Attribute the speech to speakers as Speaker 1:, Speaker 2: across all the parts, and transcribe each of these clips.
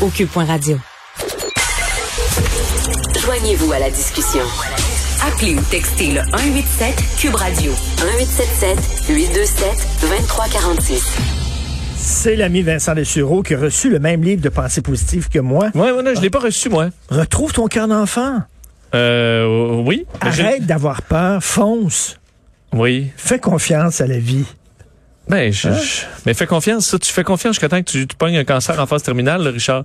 Speaker 1: au cube.radio.
Speaker 2: Joignez-vous à la discussion. Appelez ou textez le 187 Cube Radio 1877 827 2346.
Speaker 3: C'est l'ami Vincent Dessureau qui a reçu le même livre de pensée positive que moi.
Speaker 4: Ouais, ouais, non, je l'ai pas reçu, moi.
Speaker 3: Retrouve ton cœur d'enfant.
Speaker 4: Euh, oui. mais j'ai-
Speaker 3: Arrête d'avoir peur. Fonce.
Speaker 4: Oui.
Speaker 3: Fais confiance à la vie.
Speaker 4: Ben,
Speaker 3: Ah.
Speaker 4: je, je- mais fais confiance, ça. Tu fais confiance jusqu'à temps que tu, tu pognes un cancer en phase terminale, là, Richard.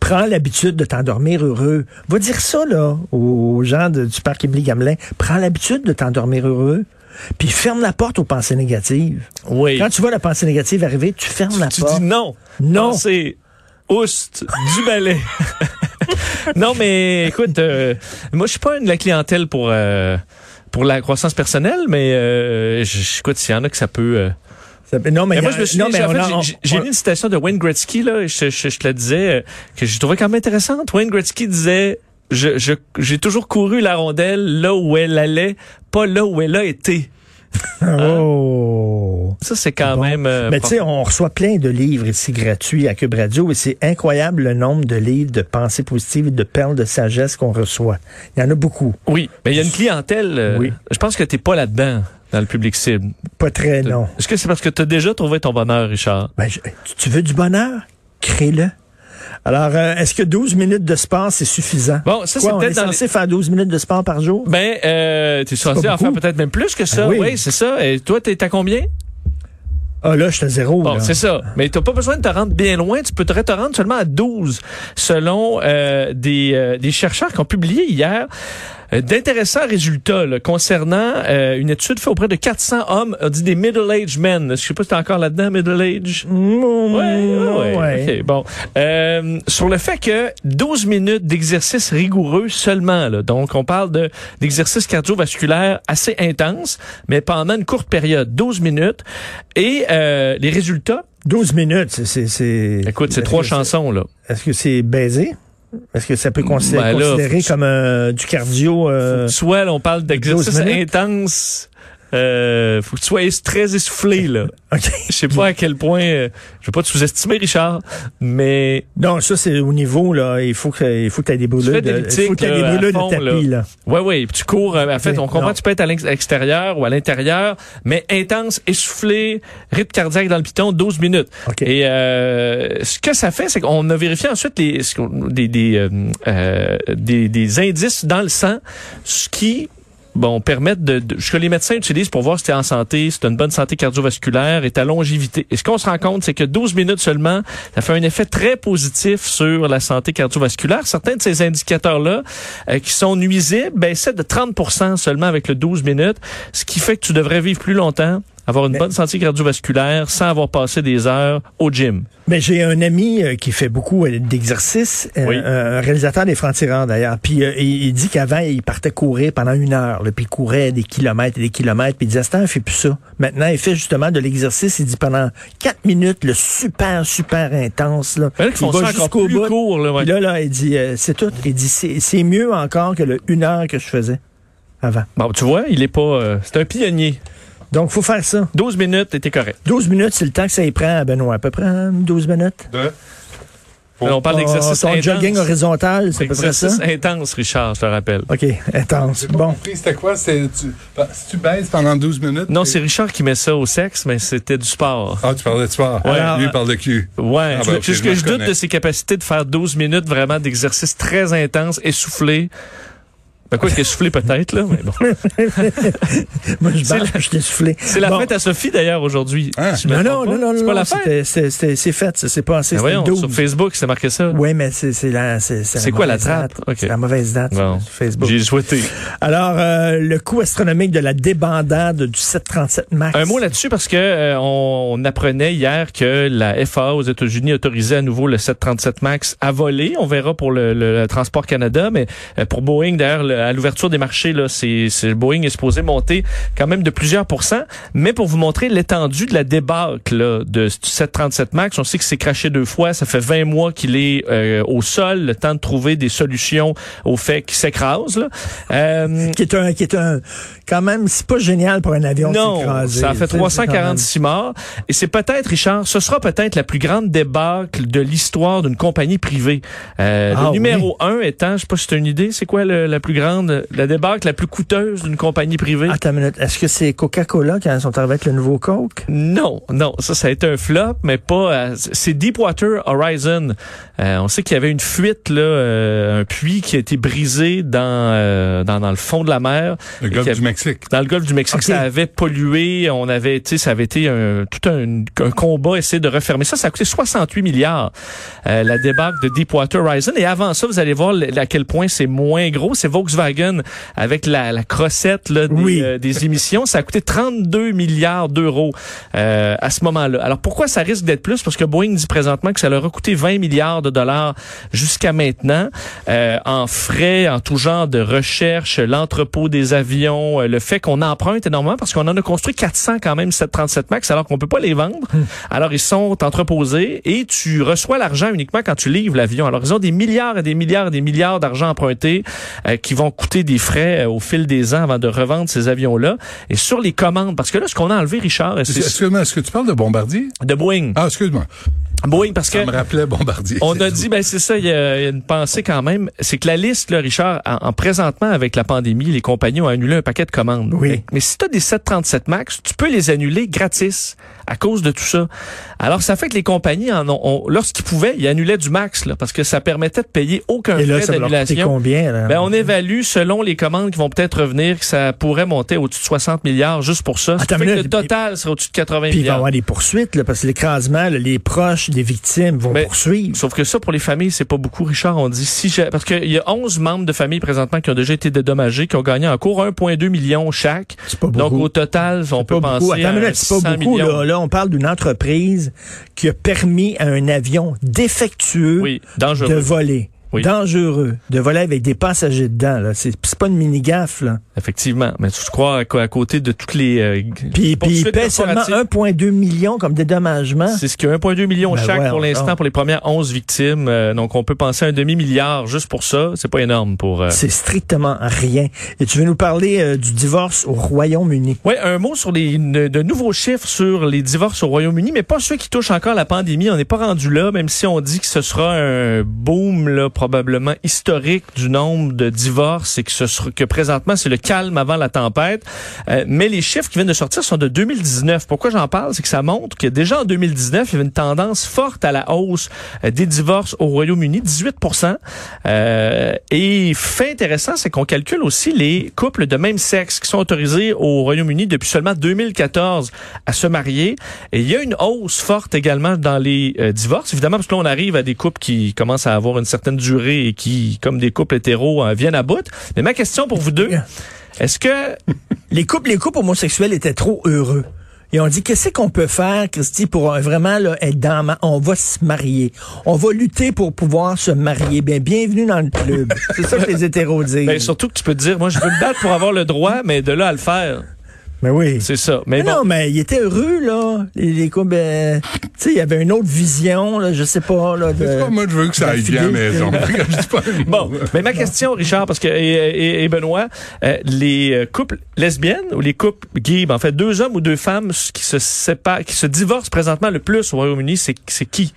Speaker 3: Prends l'habitude de t'endormir heureux. Va dire ça, là, aux gens de- du parc Émilie Gamelin. Prends l'habitude de t'endormir heureux. Puis ferme la porte aux pensées négatives.
Speaker 4: Oui.
Speaker 3: Quand tu vois la pensée négative arriver, tu fermes la
Speaker 4: tu
Speaker 3: porte.
Speaker 4: dis non.
Speaker 3: Non.
Speaker 4: C'est oust du balai. non, mais écoute, euh, moi, je suis pas une de la clientèle pour, euh, pour la croissance personnelle, mais euh, je- je- écoute, s'il y en a que ça peut... euh,
Speaker 3: Ça- Non, mais,
Speaker 4: Mais
Speaker 3: Ben,
Speaker 4: moi,
Speaker 3: il y a-
Speaker 4: je me suis
Speaker 3: non, mais
Speaker 4: en
Speaker 3: on
Speaker 4: fait,
Speaker 3: a- on-
Speaker 4: j'ai- j'ai
Speaker 3: on-
Speaker 4: lu une citation de Wayne Gretzky, là, je, je, je te la disais, euh, que je trouvais quand même intéressante. Wayne Gretzky disait, je, je, j'ai toujours couru la rondelle là où elle allait, pas là où elle a été. Ah.
Speaker 3: Oh.
Speaker 4: Ça, c'est quand même... euh,
Speaker 3: Mais Ben, tu sais, on reçoit plein de livres ici gratuits à Cube Radio et c'est incroyable le nombre de livres de pensées positives et de perles de sagesse qu'on reçoit. Il y en a beaucoup.
Speaker 4: Oui, mais il y a une clientèle. euh,
Speaker 3: Oui.
Speaker 4: Je pense que t'es pas là-dedans, dans le public cible.
Speaker 3: Pas très, non.
Speaker 4: Est-ce que c'est parce que t'as déjà trouvé ton bonheur, Richard?
Speaker 3: Ben, je- tu- tu veux du bonheur? Crée-le. Alors, euh, est-ce que 12 minutes de sport, c'est suffisant?
Speaker 4: Bon, ça,
Speaker 3: Quoi,
Speaker 4: c'est
Speaker 3: on
Speaker 4: peut-être
Speaker 3: est
Speaker 4: dans
Speaker 3: censé faire 12 minutes de sport par jour?
Speaker 4: Ben, euh, t'es censé
Speaker 3: pas
Speaker 4: en faire
Speaker 3: beaucoup.
Speaker 4: peut-être même plus que ça.
Speaker 3: Ben oui.
Speaker 4: oui, c'est ça. Et toi, t'es à combien?
Speaker 3: Ah là, je te zéro.
Speaker 4: Bon,
Speaker 3: là.
Speaker 4: c'est ça. Mais t'as pas besoin de te rendre bien loin. Tu peux te te rendre seulement à 12, selon euh, des, euh, des chercheurs qui ont publié hier euh, d'intéressants résultats là, concernant euh, une étude faite auprès de 400 hommes, on dit des middle-aged men. Je sais pas si t'es encore là-dedans, middle-aged.
Speaker 3: Mmh,
Speaker 4: Ouais,
Speaker 3: ouais.
Speaker 4: ouais, ouais. OK, bon. Euh, sur le fait que 12 minutes d'exercice rigoureux seulement, là. donc on parle de d'exercice cardiovasculaire assez intense, mais pendant une courte période, 12 minutes, et euh, les résultats,
Speaker 3: 12 minutes, c'est- c'est... c'est-
Speaker 4: écoute, c'est
Speaker 3: est-ce
Speaker 4: trois
Speaker 3: que
Speaker 4: chansons, là.
Speaker 3: Est-ce que c'est baiser? Est-ce que ça peut consi-
Speaker 4: Ben là,
Speaker 3: considérer
Speaker 4: faut-
Speaker 3: comme euh, du cardio? euh,
Speaker 4: Soit là, on parle d'exercice
Speaker 3: 12 minutes.
Speaker 4: intense, euh, faut que tu sois es- très essoufflé, là.
Speaker 3: OK.
Speaker 4: Je sais pas à quel point, euh, je veux pas te sous-estimer, Richard, mais
Speaker 3: Non, ça, c'est au niveau, là. Il faut que il faut que t'aies des brûlures
Speaker 4: fais des
Speaker 3: de, il faut
Speaker 4: mythiques,
Speaker 3: que t'aies des
Speaker 4: là, à
Speaker 3: brûlures
Speaker 4: fond,
Speaker 3: de tapis, là.
Speaker 4: Ouais, ouais. Puis tu cours. euh, En fait,
Speaker 3: Oui,
Speaker 4: on comprend.
Speaker 3: non.
Speaker 4: Tu peux être à l'ex- l'extérieur ou à l'intérieur, mais intense, essoufflé, rythme cardiaque dans le piton, 12 minutes.
Speaker 3: OK.
Speaker 4: Et euh, ce que ça fait, c'est qu'on a vérifié ensuite les ce qu'on- des des, euh, euh, des des indices dans le sang, ce qui Bon, permettent de, de- ce que les médecins utilisent pour voir si t'es en santé, si t'as une bonne santé cardiovasculaire et ta longévité. Et ce qu'on se rend compte, c'est que 12 minutes seulement, ça fait un effet très positif sur la santé cardiovasculaire. Certains de ces indicateurs-là euh, qui sont nuisibles baissaient de 30 seulement avec le 12 minutes, ce qui fait que tu devrais vivre plus longtemps, avoir une bonne santé cardiovasculaire sans avoir passé des heures au gym.
Speaker 3: Mais j'ai un ami euh, qui fait beaucoup euh, d'exercices, euh,
Speaker 4: Oui.
Speaker 3: euh, un réalisateur des francs-tireurs d'ailleurs. Puis euh, il, il dit qu'avant, il partait courir pendant une heure, là, puis il courait des kilomètres et des kilomètres, puis il disait, Attends, il fait plus ça. Maintenant, il fait justement de l'exercice, il dit pendant quatre minutes, le super, super intense. Là,
Speaker 4: Ben là, qu'ils font
Speaker 3: il va
Speaker 4: ça encore
Speaker 3: jusqu'au
Speaker 4: plus
Speaker 3: bout.
Speaker 4: court, là, ouais.
Speaker 3: Puis là, là, il dit, euh, c'est tout. Il dit, c'est c'est mieux encore que le une heure que je faisais avant.
Speaker 4: Bon, tu vois, il est pas, euh, c'est un pionnier.
Speaker 3: Donc, faut faire ça.
Speaker 4: 12 minutes, était correct.
Speaker 3: 12 minutes, c'est le temps que ça y prend à Benoît. À peu près hein, 12 minutes.
Speaker 4: Alors, on parle d'exercice
Speaker 3: Ton
Speaker 4: intense.
Speaker 3: jogging horizontal, c'est à peu près ça?
Speaker 4: Exercice intense, Richard, je te rappelle.
Speaker 3: OK, intense.
Speaker 5: J'ai pas
Speaker 3: Bon.
Speaker 5: compris, c'était quoi? C'est, tu, bah, si tu baises pendant 12 minutes.
Speaker 4: Non,
Speaker 5: t'es-
Speaker 4: c'est Richard qui met ça au sexe, mais c'était du sport.
Speaker 5: Ah, tu parlais de sport.
Speaker 3: Alors,
Speaker 5: Lui,
Speaker 3: euh,
Speaker 5: il parle de cul.
Speaker 4: Ouais,
Speaker 5: Ah,
Speaker 4: tu
Speaker 5: ben,
Speaker 4: vois,
Speaker 5: ok,
Speaker 4: c'est ce
Speaker 5: je
Speaker 4: que
Speaker 5: me
Speaker 4: je doute
Speaker 5: reconnais.
Speaker 4: de ses capacités de faire 12 minutes vraiment d'exercice très intense, essoufflé. Ben quoi qu'essoufflé peut-être, là, mais bon.
Speaker 3: Moi, je
Speaker 4: C'est
Speaker 3: barre, je t'ai soufflé.
Speaker 4: C'est la
Speaker 3: Bon.
Speaker 4: fête à Sophie, d'ailleurs, aujourd'hui.
Speaker 5: Hein?
Speaker 4: Si je
Speaker 3: Non,
Speaker 4: me
Speaker 3: non,
Speaker 4: trompe
Speaker 3: non,
Speaker 4: pas.
Speaker 3: non, non.
Speaker 4: C'est pas la
Speaker 3: c'était-
Speaker 4: fête.
Speaker 3: c'est- c'est- C'est fait, ça s'est passé.
Speaker 4: Ben
Speaker 3: C'était le
Speaker 4: voyons, sur
Speaker 3: 12.
Speaker 4: Facebook, c'est marqué ça.
Speaker 3: Oui, mais c'est c'est la c'est
Speaker 4: C'est quoi la
Speaker 3: mauvaise
Speaker 4: trappe?
Speaker 3: date.
Speaker 4: OK.
Speaker 3: C'est la mauvaise date
Speaker 4: Bon.
Speaker 3: sur Facebook.
Speaker 4: J'ai souhaité.
Speaker 3: Alors, euh, le coût astronomique de la débandade du 737 Max.
Speaker 4: Un mot là-dessus parce que euh, on, on apprenait hier que la FAA aux États-Unis autorisait à nouveau le 737 Max à voler. On verra pour le, le- le Transport Canada, mais euh, pour Boeing d'ailleurs, le- euh, à l'ouverture des marchés, là, c'est, c'est- Boeing est supposé monter quand même de plusieurs pourcents. Mais pour vous montrer l'étendue de la débâcle là, de ce 737 MAX, on sait que c'est craché deux fois. Ça fait 20 mois qu'il est euh, au sol, le temps de trouver des solutions au fait qu'il s'écrase. là. Euh,
Speaker 3: Qui est un, qui est un, quand même, c'est pas génial pour un avion de
Speaker 4: non,
Speaker 3: s'écraser,
Speaker 4: ça a fait
Speaker 3: tu sais, c'est quand même-
Speaker 4: 346 morts. Et c'est peut-être, Richard, ce sera peut-être la plus grande débâcle de l'histoire d'une compagnie privée. Euh,
Speaker 3: Ah
Speaker 4: le
Speaker 3: oui.
Speaker 4: numéro un étant, je sais pas si tu as une idée, c'est quoi le- la plus grande, la débâcle la plus coûteuse d'une compagnie privée?
Speaker 3: Attends une minute. Est-ce que c'est Coca-Cola qui sont arrivés avec le nouveau Coke?
Speaker 4: Non, non, ça, ça a été un flop, mais pas. à- C'est Deepwater Horizon. Euh, on sait qu'il y avait une fuite là, euh, un puits qui a été brisé dans euh, dans, dans le fond de la mer.
Speaker 5: Le
Speaker 4: Et
Speaker 5: golfe
Speaker 4: qui a-
Speaker 5: du Mexique.
Speaker 4: dans le golfe du Mexique,
Speaker 3: Ok.
Speaker 4: ça avait pollué, on avait, tu sais, ça avait été un, tout un, un combat essayer de refermer ça. Ça a coûté 68 milliards euh, la débarque de Deepwater Horizon. Et avant ça, vous allez voir le- à quel point c'est moins gros. C'est Volkswagen avec la, la crossette là, des,
Speaker 3: Oui.
Speaker 4: euh, des émissions. Ça a coûté 32 milliards d'euros euh, à ce moment-là. Alors pourquoi ça risque d'être plus Parce que Boeing dit présentement que ça leur a coûté 20 milliards de dollars jusqu'à maintenant euh, en frais, en tout genre de recherche, l'entrepôt des avions, euh, le fait qu'on emprunte énormément parce qu'on en a construit 400 quand même 737 Max alors qu'on peut pas les vendre.
Speaker 5: Hmm.
Speaker 4: Alors ils sont entreposés et tu reçois l'argent uniquement quand tu livres l'avion. Alors ils ont des milliards et des milliards et des milliards d'argent emprunté euh, qui vont coûter des frais euh, au fil des ans avant de revendre ces avions là et sur les commandes parce que là ce qu'on a enlevé Richard et c'est
Speaker 5: Excuse-moi, est-ce que tu parles de Bombardier?
Speaker 4: de Boeing.
Speaker 5: Ah, excuse-moi.
Speaker 4: Boeing parce que
Speaker 5: Ça me rappelait Bombardier.
Speaker 4: on a dit, ben c'est ça, il y, a il y a une pensée quand même. C'est que la liste, là, Richard, en, en présentement avec la pandémie, les compagnies ont annulé un paquet de commandes.
Speaker 3: Oui.
Speaker 4: Mais, mais si tu as des 737 MAX, tu peux les annuler gratis à cause de tout ça. Alors, ça fait que les compagnies, en ont, ont- lorsqu'ils pouvaient, ils annulaient du MAX, là, parce que ça permettait de payer aucun
Speaker 3: Et là,
Speaker 4: frais
Speaker 3: ça va leur coûter
Speaker 4: d'annulation.
Speaker 3: combien, là?
Speaker 4: Ben, on évalue, selon les commandes qui vont peut-être revenir, que ça pourrait monter au-dessus de 60 milliards juste pour ça. Ça
Speaker 3: Attends
Speaker 4: fait
Speaker 3: une
Speaker 4: que le
Speaker 3: minute.
Speaker 4: total serait au-dessus de
Speaker 3: Puis
Speaker 4: 80
Speaker 3: il va y
Speaker 4: milliards.
Speaker 3: avoir des poursuites, là, parce que l'écrasement, là, les proches des victimes vont
Speaker 4: Mais-
Speaker 3: poursuivre.
Speaker 4: Sauf que ça, pour les familles, c'est pas beaucoup, Richard. On dit si j'ai- parce qu'il y a 11 membres de famille présentement qui ont déjà été dédommagés, qui ont gagné en cours 1,2 million chaque.
Speaker 3: C'est pas beaucoup.
Speaker 4: Donc, au total, on peut
Speaker 3: Pas
Speaker 4: penser
Speaker 3: beaucoup. Attends
Speaker 4: à
Speaker 3: une minute, c'est
Speaker 4: 100
Speaker 3: pas beaucoup.
Speaker 4: millions.
Speaker 3: Là. Là, on parle d'une entreprise qui a permis à un avion défectueux
Speaker 4: Oui,
Speaker 3: de
Speaker 4: dangereux.
Speaker 3: voler.
Speaker 4: Oui.
Speaker 3: Dangereux. De voler avec des passagers dedans. Là. C'est, c'est pas une mini-gaffe. Là.
Speaker 4: Effectivement. Mais tu crois à, quoi- à côté de toutes les... euh, g-
Speaker 3: Puis, puis ils
Speaker 4: poursuites
Speaker 3: paient seulement
Speaker 4: corporatives?
Speaker 3: 1,2 million comme dédommagement.
Speaker 4: C'est ce qu'il y a 1,2 million
Speaker 3: Ben
Speaker 4: chaque
Speaker 3: ouais,
Speaker 4: pour l'instant
Speaker 3: non.
Speaker 4: pour les premières 11 victimes. Euh, donc, on peut penser à un demi-milliard juste pour ça. C'est pas énorme pour... euh,
Speaker 3: C'est strictement rien. Et tu veux nous parler euh, du divorce au Royaume-Uni.
Speaker 4: Oui, un mot sur les, ne- de nouveaux chiffres sur les divorces au Royaume-Uni, mais pas ceux qui touchent encore la pandémie. On n'est pas rendu là, même si on dit que ce sera un boom là, probablement historique du nombre de divorces et que ce sera, que présentement c'est le calme avant la tempête. Euh, mais les chiffres qui viennent de sortir sont de 2019. Pourquoi j'en parle, c'est que ça montre que déjà en 2019, il y avait une tendance forte à la hausse euh, des divorces au Royaume-Uni, 18 euh, et fait intéressant, c'est qu'on calcule aussi les couples de même sexe qui sont autorisés au Royaume-Uni depuis seulement 2014 à se marier. Et il y a une hausse forte également dans les euh, divorces, évidemment, parce que là, on arrive à des couples qui commencent à avoir une certaine durée et qui, comme des couples hétéros, euh, viennent à bout. Mais ma question pour vous deux, est-ce que
Speaker 3: Les couples, les couples homosexuels étaient trop heureux. Et on dit, qu'est-ce qu'on peut faire, Christy, pour euh, vraiment là, être dans... ma- On va se marier. On va lutter pour pouvoir se marier. Bien, bienvenue dans le club. C'est ça que les hétéros disent.
Speaker 4: Ben, surtout que tu peux te dire, moi, je veux me battre pour avoir le droit, mais de là à le faire,
Speaker 3: Mais oui.
Speaker 4: c'est ça. Mais,
Speaker 3: Mais
Speaker 4: bon,
Speaker 3: Non, mais ils étaient heureux, là. Les, les couples, euh, tu sais, il y avait une autre vision, là, je sais pas, là. de-
Speaker 5: C'est pas Ah, moi, je veux que ça
Speaker 3: la
Speaker 5: aille bien à la
Speaker 3: fidélité.
Speaker 5: maison. Je dis pas un
Speaker 4: Bon,
Speaker 5: mot.
Speaker 4: mais ma question, Richard, parce que et, et- et Benoît, euh, les euh, couples lesbiennes ou les couples gays, ben, en fait, deux hommes ou deux femmes s- qui se séparent, qui se divorcent présentement le plus au Royaume-Uni, c'est c'est qui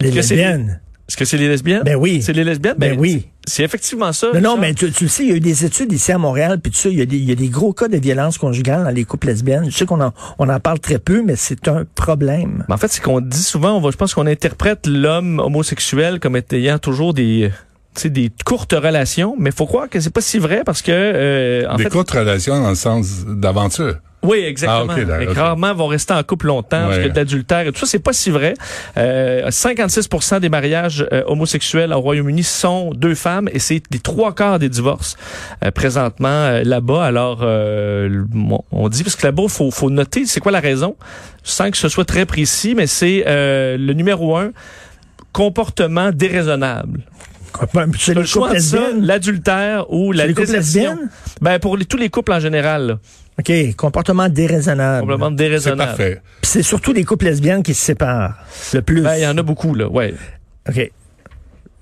Speaker 3: Les
Speaker 4: que c'est-
Speaker 3: lesbiennes.
Speaker 4: Est-ce que c'est les lesbiennes
Speaker 3: Ben oui.
Speaker 4: C'est les lesbiennes.
Speaker 3: Ben oui.
Speaker 4: C'est effectivement ça.
Speaker 3: Non, non,
Speaker 4: Richard.
Speaker 3: mais tu, tu le sais, il y a eu des études ici à Montréal, puis tu sais, il y, a des- il y a des gros cas de violence conjugale dans les couples lesbiennes. Je sais qu'on en, on en parle très peu, mais c'est un problème.
Speaker 4: Mais Ben, en fait, c'est qu'on dit souvent, on va, je pense qu'on interprète l'homme homosexuel comme ayant toujours des, tu sais, des courtes relations, mais faut croire que c'est pas si vrai parce que, euh, en
Speaker 5: Des
Speaker 4: fait,
Speaker 5: courtes relations dans le sens d'aventure.
Speaker 4: oui, exactement.
Speaker 5: Ah, ok, d'accord,
Speaker 4: Et
Speaker 5: ok.
Speaker 4: Rarement vont rester en couple longtemps parce que
Speaker 5: Ouais.
Speaker 4: d'adultère et tout ça, c'est pas si vrai. Euh, 56% des mariages euh, homosexuels au Royaume-Uni sont deux femmes et c'est les trois quarts des divorces euh, présentement euh, là-bas. Alors, euh, le- bon, on dit parce que là-bas, faut, faut noter c'est quoi la raison, sans que ce soit très précis, mais c'est euh, le numéro un comportement déraisonnable.
Speaker 3: C'est
Speaker 4: T'as
Speaker 3: le
Speaker 4: le choix
Speaker 3: couple
Speaker 4: entre ça,
Speaker 3: lesbienne.
Speaker 4: l'adultère ou la
Speaker 3: C'est les couples
Speaker 4: déception.
Speaker 3: lesbiennes?
Speaker 4: Ben, pour les- tous les couples en général, là.
Speaker 3: OK, comportement déraisonnable.
Speaker 4: complètement
Speaker 5: Ah, ben, C'est
Speaker 4: déraisonnable.
Speaker 5: parfait.
Speaker 3: Puis c'est surtout les couples lesbiennes qui se séparent le plus.
Speaker 4: Ben, il y en a beaucoup, là, ouais.
Speaker 3: OK.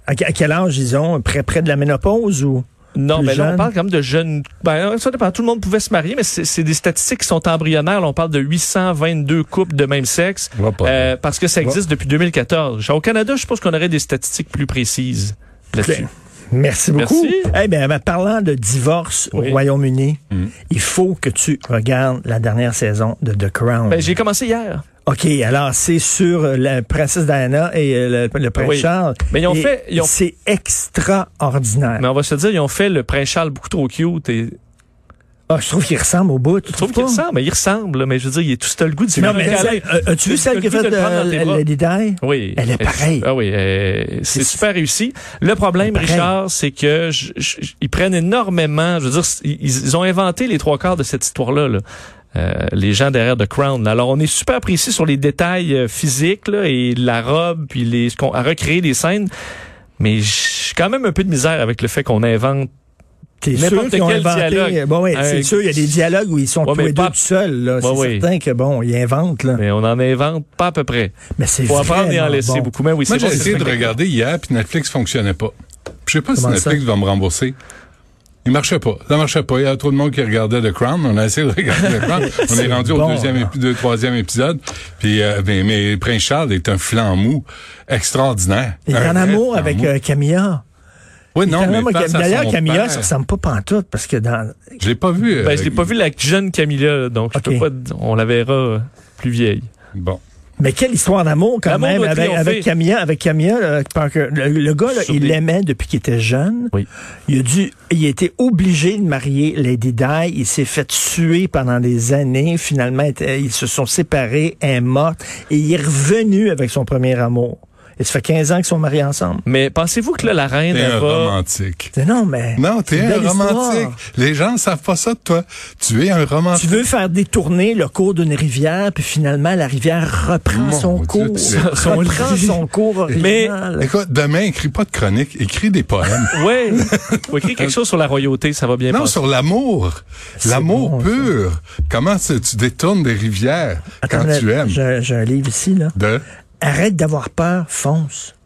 Speaker 3: À, que- à quel âge, disons, près, près de la ménopause ou
Speaker 4: Non,
Speaker 3: Plus
Speaker 4: mais là,
Speaker 3: jeune.
Speaker 4: on parle quand même de jeunes. Ben, ça dépend. Tout le monde pouvait se marier, mais c'est c'est des statistiques qui sont embryonnaires. Là, on parle de 822 couples de même sexe.
Speaker 5: On va pas.
Speaker 4: euh, parce que ça existe depuis 2014. Au Canada, je pense qu'on aurait des statistiques plus précises là-dessus.
Speaker 3: Merci beaucoup.
Speaker 4: Merci.
Speaker 3: Eh bien, ben, parlant de divorce
Speaker 4: Oui. Mm.
Speaker 3: au Royaume-Uni, il faut que tu regardes la dernière saison de The Crown.
Speaker 4: Ben, j'ai commencé hier.
Speaker 3: OK, alors c'est sur euh, la princesse Diana et euh, le, le prince
Speaker 4: Oui.
Speaker 3: Charles.
Speaker 4: Mais ils ont
Speaker 3: Et
Speaker 4: fait- ils ont-
Speaker 3: C'est extraordinaire.
Speaker 4: Mais on va se dire, ils ont fait le prince Charles beaucoup trop cute. Et...
Speaker 3: Ah, je trouve qu'il ressemble au bout. Tu
Speaker 4: Je trouve
Speaker 3: trouves
Speaker 4: qu'il
Speaker 3: pas?
Speaker 4: ressemble, mais il ressemble. là, Mais je veux dire, il est tout seul le goût. de
Speaker 3: Non, mais celle- euh, as-tu vu celle qui a fait euh, Lady Di?
Speaker 4: Oui.
Speaker 3: Elle est pareille.
Speaker 4: Ah oui, euh,
Speaker 3: C'est-
Speaker 4: c'est super réussi. Le problème,
Speaker 3: Elle est pareille.
Speaker 4: Richard, c'est que je- je- ils prennent énormément. Je veux dire, ils, ils ont inventé les trois quarts de cette histoire-là. là. Euh, les gens derrière The Crown. Alors, on est super précis sur les détails euh, physiques là, et la robe, puis les, ce qu'on- à recréer les scènes. Mais j'ai quand même un peu de misère avec le fait qu'on invente.
Speaker 3: T'es
Speaker 4: N'importe
Speaker 3: sûr qu'ils ont
Speaker 4: quel
Speaker 3: inventé.
Speaker 4: dialogue.
Speaker 3: Bon, oui,
Speaker 4: Un-
Speaker 3: c'est sûr, il y a des dialogues où ils sont
Speaker 4: Ouais,
Speaker 3: tous
Speaker 4: mais
Speaker 3: les deux
Speaker 4: pas-
Speaker 3: tout seuls. là.
Speaker 4: Ouais,
Speaker 3: c'est
Speaker 4: oui.
Speaker 3: certain que bon, ils inventent. Là.
Speaker 4: Mais on en invente pas à peu près.
Speaker 3: Mais c'est
Speaker 4: Faut apprendre et en
Speaker 3: vraiment
Speaker 4: laisser
Speaker 3: bon.
Speaker 4: beaucoup. Mais oui, c'est
Speaker 5: Moi, j'ai
Speaker 4: bon, c'est
Speaker 5: essayé de
Speaker 4: cinq-
Speaker 5: regarder hier, puis Netflix fonctionnait pas. Je sais pas
Speaker 3: Comment
Speaker 5: si
Speaker 3: ça?
Speaker 5: Netflix va me rembourser. Il marchait pas. Ça marchait pas. Il y a trop de monde qui regardait The Crown. On a essayé de regarder The Crown. On est
Speaker 3: C'est
Speaker 5: rendu
Speaker 3: bon,
Speaker 5: au deuxième,
Speaker 3: là.
Speaker 5: épi- deux, troisième épisode. Puis, euh, mais, mais Prince Charles est un flanc mou extraordinaire.
Speaker 3: Il est
Speaker 5: Un
Speaker 3: en
Speaker 5: vrai
Speaker 3: amour
Speaker 5: flanc
Speaker 3: avec
Speaker 5: mou.
Speaker 3: euh, Camilla.
Speaker 5: oui, non,
Speaker 3: Quand
Speaker 5: mais
Speaker 3: même,
Speaker 5: face à
Speaker 3: D'ailleurs,
Speaker 5: son
Speaker 3: Camilla,
Speaker 5: père,
Speaker 3: ça ressemble pas pantoute parce que dans.
Speaker 5: Je l'ai pas vu. euh,
Speaker 4: Ben, je l'ai pas vu la jeune Camilla, là, donc
Speaker 3: Ok.
Speaker 4: je peux pas. On la verra euh, plus vieille.
Speaker 5: Bon.
Speaker 3: Mais quelle histoire d'amour quand
Speaker 4: L'amour
Speaker 3: même
Speaker 4: doit
Speaker 3: avec,
Speaker 4: triompher.
Speaker 3: avec Camilla, avec Camilla là, Parker. Le, le gars, là,
Speaker 4: Sur
Speaker 3: il
Speaker 4: des-
Speaker 3: l'aimait depuis qu'il était jeune.
Speaker 4: Oui.
Speaker 3: Il a dû, il a été obligé de marier Lady Di. Il s'est fait tuer pendant des années. Finalement, était- ils se sont séparés, elle est morte, et il est revenu avec son premier amour. Et ça fait 15 ans qu'ils sont mariés ensemble.
Speaker 4: Mais pensez-vous que là, la reine
Speaker 5: T'es
Speaker 4: elle
Speaker 5: un
Speaker 4: va...
Speaker 5: romantique.
Speaker 3: C'est- Non, mais
Speaker 5: Non,
Speaker 3: c'est
Speaker 5: t'es
Speaker 3: une
Speaker 5: un
Speaker 3: belle histoire.
Speaker 5: romantique. Les gens ne savent pas ça de toi. Tu es un
Speaker 3: Tu
Speaker 5: romantique.
Speaker 3: veux faire détourner le cours d'une rivière, puis finalement, la rivière reprend
Speaker 5: Mon
Speaker 3: son
Speaker 5: Dieu,
Speaker 3: cours.
Speaker 5: tu-
Speaker 4: son
Speaker 3: reprend
Speaker 4: lit.
Speaker 3: son cours
Speaker 4: Mais-
Speaker 3: original.
Speaker 5: Écoute, demain, écris pas de chronique, écris des poèmes.
Speaker 4: Ouais. Faut écrire quelque chose sur la royauté, ça va bien
Speaker 5: Non,
Speaker 4: passer.
Speaker 5: sur l'amour. L'amour
Speaker 3: bon, ça.
Speaker 5: pur. Comment tu, tu détournes des rivières
Speaker 3: Attends,
Speaker 5: quand
Speaker 3: là,
Speaker 5: tu aimes?
Speaker 3: J'ai j'ai un livre ici, là.
Speaker 5: De...
Speaker 3: Arrête d'avoir peur, fonce.